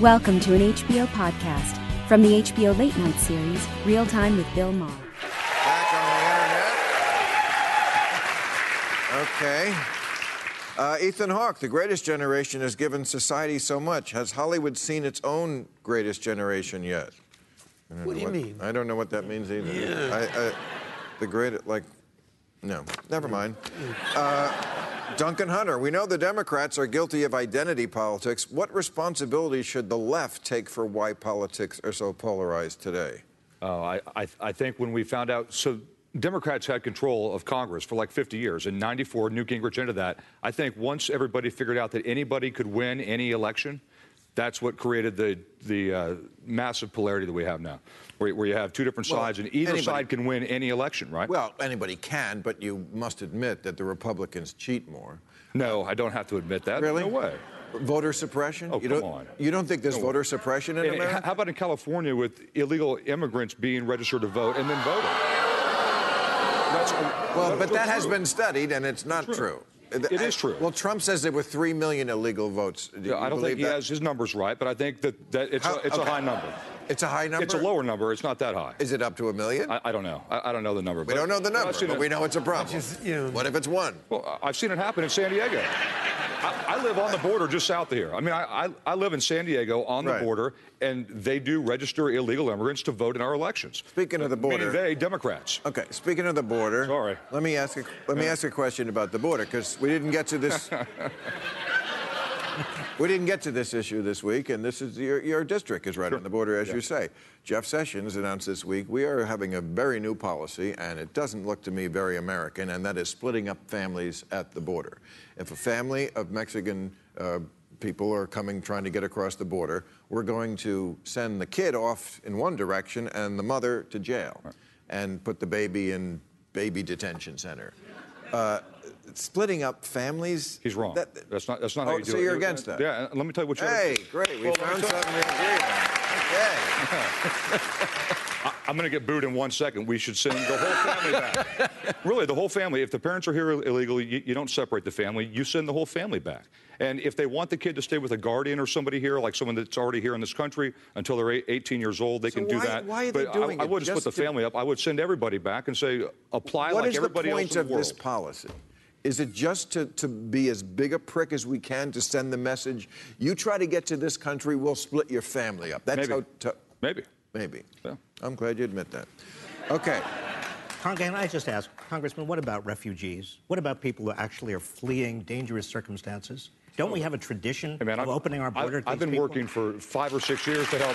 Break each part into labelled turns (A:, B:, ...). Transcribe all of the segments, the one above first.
A: Welcome to an HBO podcast from the HBO Late Night series, Real Time with Bill Maher.
B: Back on the internet. Okay. Uh, Ethan Hawke, the greatest generation has given society so much. Has Hollywood seen its own greatest generation yet? I don't
C: What
B: know
C: do you mean?
B: I don't know what that means either. I, I, the great, like, no, never mind. Uh, Duncan Hunter, we know the Democrats are guilty of identity politics. What responsibility should the left take for why politics are so polarized today?
D: Oh, I, I, I think when we found out, so Democrats had control of Congress for like 50 years, and 94, Newt Gingrich ended that. I think once everybody figured out that anybody could win any election, that's what created the the uh, massive polarity that we have now, where, where you have two different sides, and either
B: anybody-
D: side can win any election, right?
B: Well, anybody can, but you must admit that the Republicans cheat more.
D: no, I don't have to admit that.
B: Really?
D: No way.
B: Voter suppression?
D: Oh,
B: you
D: come
B: don't,
D: on.
B: You don't think there's
D: No.
B: voter suppression in
D: And
B: America?
D: how about in California with illegal immigrants being registered to vote and then voting? That's,
B: well,
D: that's
B: but
D: so
B: that has
D: true.
B: been studied, and it's not true.
D: True. It is true.
B: Well, Trump says there were 3 million illegal votes. Do you
D: Yeah, I don't
B: believe
D: think he
B: that?
D: has his numbers right, but I think that, that it's,
B: How-
D: a, it's
B: okay.
D: a high number.
B: It's a high number?
D: It's a lower number. It's not that high.
B: Is it up to a million?
D: I, I don't know. I, I don't know the number.
B: we don't know the number, but we know it's a problem.
C: just, you know-
B: what if it's one?
D: Well, I- I've seen it happen in San Diego. I, I live on the border just south of here. I mean, I, I, I live in San Diego on
B: Right.
D: the border, and they do register illegal immigrants to vote in our elections.
B: Speaking of the
D: Meaning
B: border-
D: they, Democrats.
B: Okay, speaking of the border,
D: Sorry.
B: Let me ask a, let me ask a question about the border because we didn't get to this. we didn't get to this issue this week, and this is your, your district is right on the border, as you say. Jeff Sessions announced this week we are having a very new policy, and it doesn't look to me very American, and that is splitting up families at the border. If a family of Mexican uh, people are coming trying to get across the border, we're going to send the kid off in one direction and the mother to jail and put the baby in baby detention center. Uh, splitting up families.
D: He's wrong.
B: that-
D: that's not. That's not
B: Oh,
D: how you do
B: so
D: it.
B: you're against that?
D: Yeah. and Let me tell you what you.
B: Hey, great. We
D: Well, let me
B: found
D: tell-
B: something we agree on.
D: I'm going to get booed in one second. We should send the whole family back. really, the whole family. If the parents are here illegally, you, you don't separate the family. You send the whole family back. And if they want the kid to stay with a guardian or somebody here, like someone that's already here in this country until they're eight- 18 years old, they
B: So
D: can do
B: why-
D: that.
B: why are they
D: but
B: doing
D: I, I
B: it?
D: wouldn't
B: Just
D: split the
B: to-
D: family up. I would send everybody back and say, apply
B: Hey. What
D: like
B: is the
D: everybody
B: point
D: else in
B: of
D: the world.
B: this policy? Is it just to, to be as big a prick as we can to send the message, you try to get to this country, we'll split your family up? That's
D: Maybe.
B: how. tou-
D: Maybe.
B: Maybe.
D: Yeah.
B: I'm glad you admit that. Okay.
C: Con- Can I just ask, Congressman, what about refugees? What about people who actually are fleeing dangerous circumstances? Don't we have a tradition
D: Hey, man,
C: of
D: I've-
C: opening our
D: I've-
C: border? to
D: I've
C: these
D: been
C: people?
D: working for five or six years to help.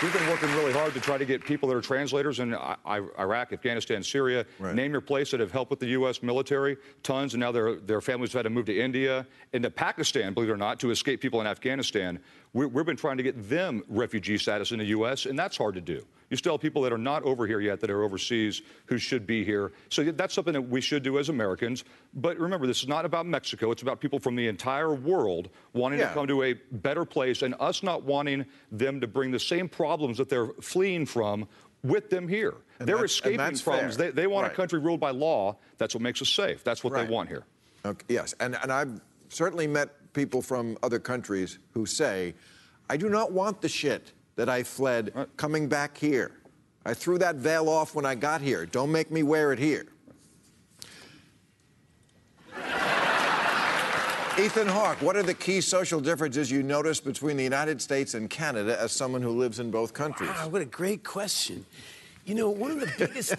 D: We've been working really hard to try to get people that are translators in uh, I- I- Iraq, Afghanistan, Syria.
B: Right.
D: Name your place that have helped with the U.S. military, tons, and now their their families have had to move to India and to Pakistan, believe it or not, to escape people in Afghanistan. We, we've been trying to get them refugee status in the U.S., and that's hard to do. You still have people that are not over here yet that are overseas who should be here. So that's something that we should do as Americans. But remember, this is not about Mexico. It's about people from the entire world wanting
B: Yeah.
D: to come to a better place and us not wanting them to bring the same problems that they're fleeing from with them here.
B: And
D: they're
B: that's- and
D: escaping
B: that's
D: problems.
B: fair.
D: They, they want
B: Right.
D: a country ruled by law. That's what makes us safe. That's what
B: Right.
D: they want here.
B: Okay, yes, and, and I've certainly met people from other countries who say, I do not want the shit that I fled coming back here. I threw that veil off when I got here. Don't make me wear it here. Ethan Hawke, what are the key social differences you notice between the United States and Canada as someone who lives in both countries?
E: Wow, Ah, what a great question. You know, one of the biggest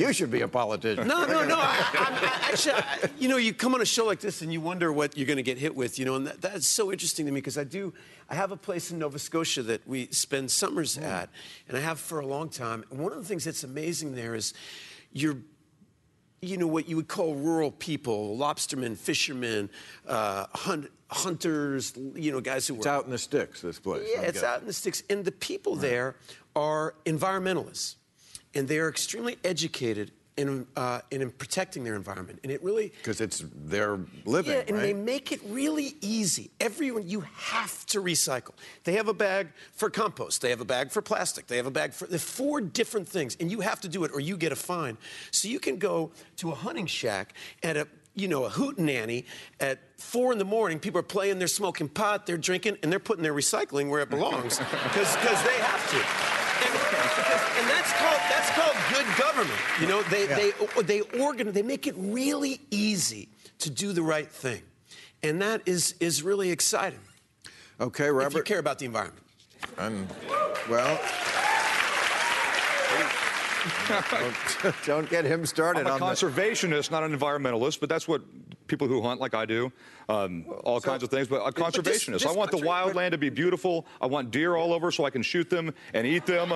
B: You should be a politician.
E: No, no, no. I, I'm, I, actually, I, you know, you come on a show like this and you wonder what you're going to get hit with, you know, and that, that's so interesting to me because I do. I have a place in Nova Scotia that we spend
B: Mm.
E: summers at, and I have for a long time. And one of the things that's amazing there is you're you know, what you would call rural people, lobstermen, fishermen, uh, hun- hunters, you know, guys who
B: It's
E: were
B: out in the sticks, this place.
E: yeah,
B: I'm
E: it's
B: guessing.
E: out in the sticks. And the people there are environmentalists, and they are extremely educated in, uh, in, in protecting their environment. And it really.
B: Because it's their living,
E: Yeah, and
B: right?
E: they make it really easy. Everyone, you have to recycle. They have a bag for compost. They have a bag for plastic. They have a bag for the four different things, and you have to do it or you get a fine. So you can go to a hunting shack at a you know a hootenanny at four in the morning. People are playing. They're smoking pot. They're drinking, and they're putting their recycling where it belongs because they have to. And, and that's called that's called good government. You know, they they they organ they make it really easy to do the right thing, and that is is really exciting
B: okay,
E: if you
B: Robert.
E: care about the environment.
B: And, well, don't, don't get him started
D: I'm a
B: on the-
D: conservationist, not an environmentalist, but that's what people who hunt like I do, um, all kinds of things. But a
E: but this-
D: conservationist.
E: this
D: I want the
E: country-
D: wild
E: but-
D: land to be beautiful. I want deer all over so I can shoot them and eat them,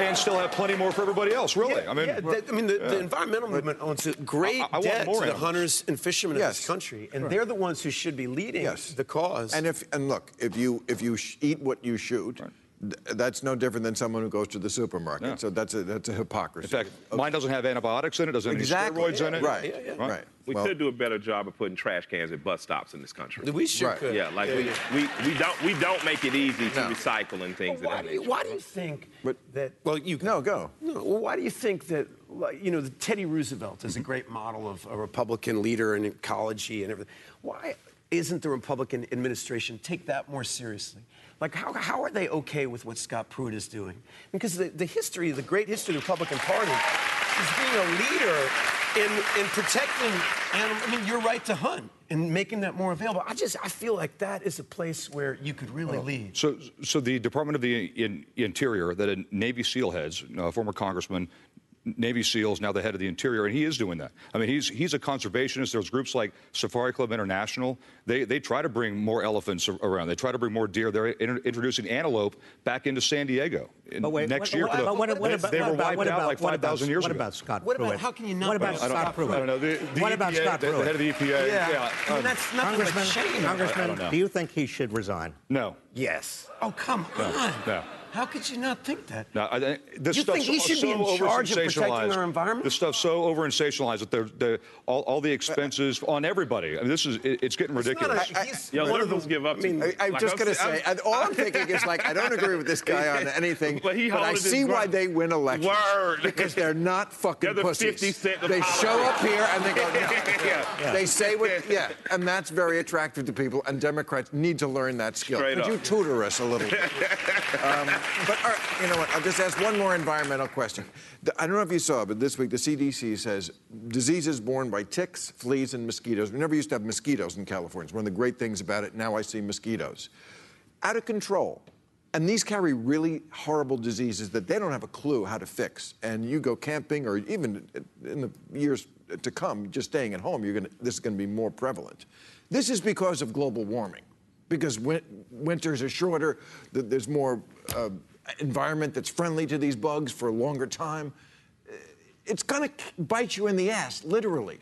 D: and still have plenty more for everybody else. Really, I mean,
E: yeah, that- I mean, the, the environmental movement owns a great
D: I- I want
E: debt to
D: more
E: the
D: animals.
E: hunters and fishermen of
B: Yes.
E: this country, and they're the ones who should be leading
B: Yes.
E: the cause.
B: And if and look, if you if you sh- eat what you shoot, th- that's no different than someone who goes to the supermarket. So that's a that's a hypocrisy.
D: in fact, mine doesn't have antibiotics in it. Doesn't have
B: Exactly.
D: any steroids in it.
B: Right.
D: Right.
B: Right.
F: We
B: Well,
F: could do a better job of putting trash cans at bus stops in this country.
E: we should.
B: Right.
E: could.
F: yeah, like we, We, we don't we don't make it easy to
B: No.
F: recycle and things
E: Well,
F: of
E: why,
F: that
E: do
F: nature.
E: you, why do you think
B: But-
E: that? Well, you
B: No, go.
E: No, well, why do you think that? Like, you know, the Teddy Roosevelt is a great model of a Republican leader in ecology and everything. Why isn't the Republican administration take that more seriously? Like, how, how are they okay with what Scott Pruitt is doing? Because the, the history, the great history of the Republican Party, is being a leader in, in protecting animal, I mean, your right to hunt and making that more available. I just, I feel like that is a place where you could really lead.
D: So, so the Department of the in, Interior, that a Navy SEAL heads, uh, former congressman, Navy SEALs, now the head of the Interior, and he is doing that. I mean, he's he's a conservationist. There's groups like Safari Club International. They they try to bring more elephants ar- around. They try to bring more deer. They're in, introducing antelope back into San Diego in-
C: But wait,
D: next
C: what,
D: year.
C: What,
D: for the-
C: what, what, what
D: they,
C: about,
D: they
C: what
D: were
C: about,
D: wiped
C: what
D: out
C: about,
D: like
C: what
D: 5,000
C: about-
D: years
C: what
D: ago.
C: about Scott
E: What about-
C: Pruitt?
E: how can you not
C: What
E: vote
C: about
E: for
D: I don't,
C: Scott Pruitt?
D: I don't know. The, the
C: what about
D: EPA,
C: Scott
D: the, the head
C: Pruitt?
D: of the E EPA? Yeah.
E: I mean,
D: um,
E: that's nothing but
C: Congressman,
E: shame.
D: I don't
C: Congressman,
D: know.
C: do you think he should resign?
D: no.
E: Yes. Oh, come on.
D: no.
E: How could you not think that?
D: No, I, I- this
E: You
D: stuff's
E: think he
D: so-
E: should be
D: so
E: in charge of protecting
D: over-sensationalized.
E: our environment?
D: This stuff's so over sensationalized that they're, they're, all, all the expenses on everybody. I mean, this is it- it's getting ridiculous.
E: It's not a- he's-
F: Yeah, let him give up.
E: I mean,
F: to-
E: I-
B: I'm
F: like,
B: just going to say,
F: I'm-
B: and all I'm thinking is like, I don't agree with this guy on anything,
F: But he
B: I
F: holding his
B: see why
F: ground.
B: they win elections.
F: Word.
B: Because they're not fucking
F: They're the
B: pussies.
F: 50 cent of
B: they
F: politics.
B: show up here and they go, no.
F: Yeah.
B: They say what, yeah, and that's very attractive to people, and Democrats need to learn that skill.
F: Straight
B: Could
F: up.
B: you tutor us a little bit? um, but all right, you know what? I'll just ask one more environmental question. The- I don't know if you saw, but this week the CDC says diseases born by ticks, fleas, and mosquitoes. We never used to have mosquitoes in California. It's one of the great things about it. Now I see mosquitoes. Out of control. And these carry really horrible diseases that they don't have a clue how to fix. And you go camping, or even in the years to come, just staying at home, you're gonna, this is going to be more prevalent. This is because of global warming because win- winters are shorter, th- there's more uh, environment that's friendly to these bugs for a longer time. Uh, It's gonna k- bite you in the ass, literally.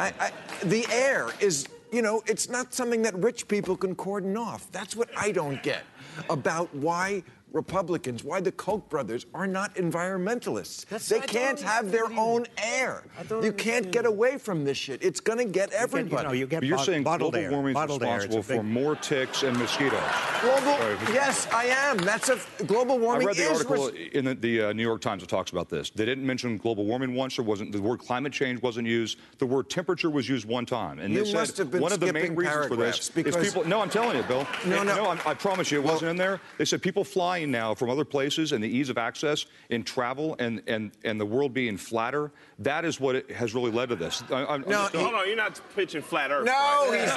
B: I, I, the air is, you know, it's not something that rich people can cordon off. That's what I don't get about why Republicans, why the Koch brothers are not environmentalists.
E: That's-
B: they
E: I don't
B: can't have their own
E: understand.
B: air.
E: I don't
B: You can't
E: understand.
B: get away from this shit. It's gonna get
C: You get, you know,
B: everybody.
C: you get
D: But you're
C: bot-
D: saying
C: bottled
D: global
C: air.
D: warming is
C: bottled air, it's a
D: responsible for
C: big-
D: more ticks and mosquitoes.
B: Global,
D: Sorry.
B: yes, I am. That's a global warming.
D: I read the
B: is
D: article
B: res-
D: in the, the uh, New York Times that talks about this. They didn't mention global warming once. There wasn't the word climate change wasn't used. The word temperature was used one time. And
B: You
D: they said
B: must have been
D: one of the main
B: skipping
D: reasons for
B: paragraphs
D: this
B: because-
D: is people. No, I'm telling you, Bill.
B: No,
D: It-
B: no.
D: I'm- I, promise you, it wasn't in there. They said people flying now from other places and the ease of access in travel and and and the world being flatter. That is what it has really led to this. I, I'm, I'm
B: No,
D: just-
B: he-
F: Hold on, you're not pitching flat Earth.
B: No,
F: right?
B: he's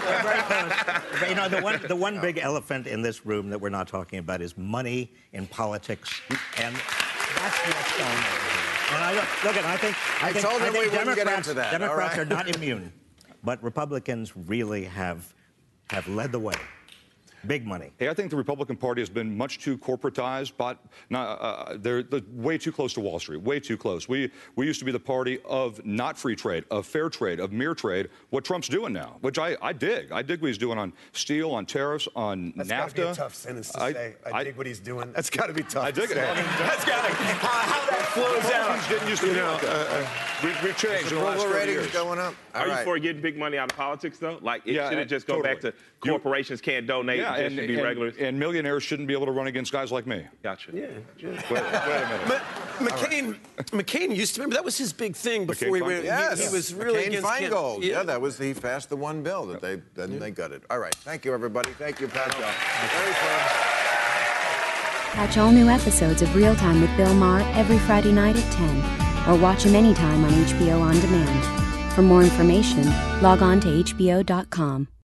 F: Okay.
D: Um,
C: But, you know, the one, the one big elephant in this room that we're not talking about is money in politics, and that's what's going on. here. And I don't- look, and I think I,
B: I
C: think,
B: told
C: I
B: him
C: think
B: we wouldn't
C: Democrats,
B: get into that, all
C: Democrats
B: right?
C: are not immune, but Republicans really have have led the way. Big money.
D: Hey, I think the Republican Party has been much too corporatized, but not, uh, they're, they're way too close to Wall Street, way too close. We, we used to be the party of not free trade, of fair trade, of mere trade, what Trump's doing now, which I, I dig. I dig what he's doing on steel, on tariffs, on
B: That's
D: NAFTA.
B: gotta be a tough sentence to say. I, dig what he's doing. That's gotta be tough.
D: I
B: to
D: dig it.
B: say.
D: I mean,
B: That's gotta. How, how that flows
D: Republicans
B: out. uh,
D: didn't used to be like that. we, have changed in the last 30
G: Approval ratings
D: years.
G: going up. All
F: Are you
G: right.
F: for getting big money out of politics though? Like, it,
D: Yeah,
F: should
D: uh,
F: it just go back to
D: totally. You-
F: corporations can't donate?
D: Yeah,
F: it just
D: and,
F: should be
D: and-
F: regulars.
D: and millionaires shouldn't be able to run against guys like me.
F: gotcha. Yeah.
D: Wait, wait a minute.
E: Ma- McCain, McCain used to remember that was his big thing before he
D: McCain
E: went.
D: Feingold.
E: he-
G: Yes,
E: he, was really
G: McCain
E: against Ken-
G: Feingold. Yeah. that was he passed the one bill that they then they gutted. All right, thank you everybody. Thank you, Pat. Dow. Very firm.
A: Catch all new episodes of Real Time with Bill Maher every Friday night at 10, or watch him anytime on HBO On Demand. For more information, log on to HBO.com.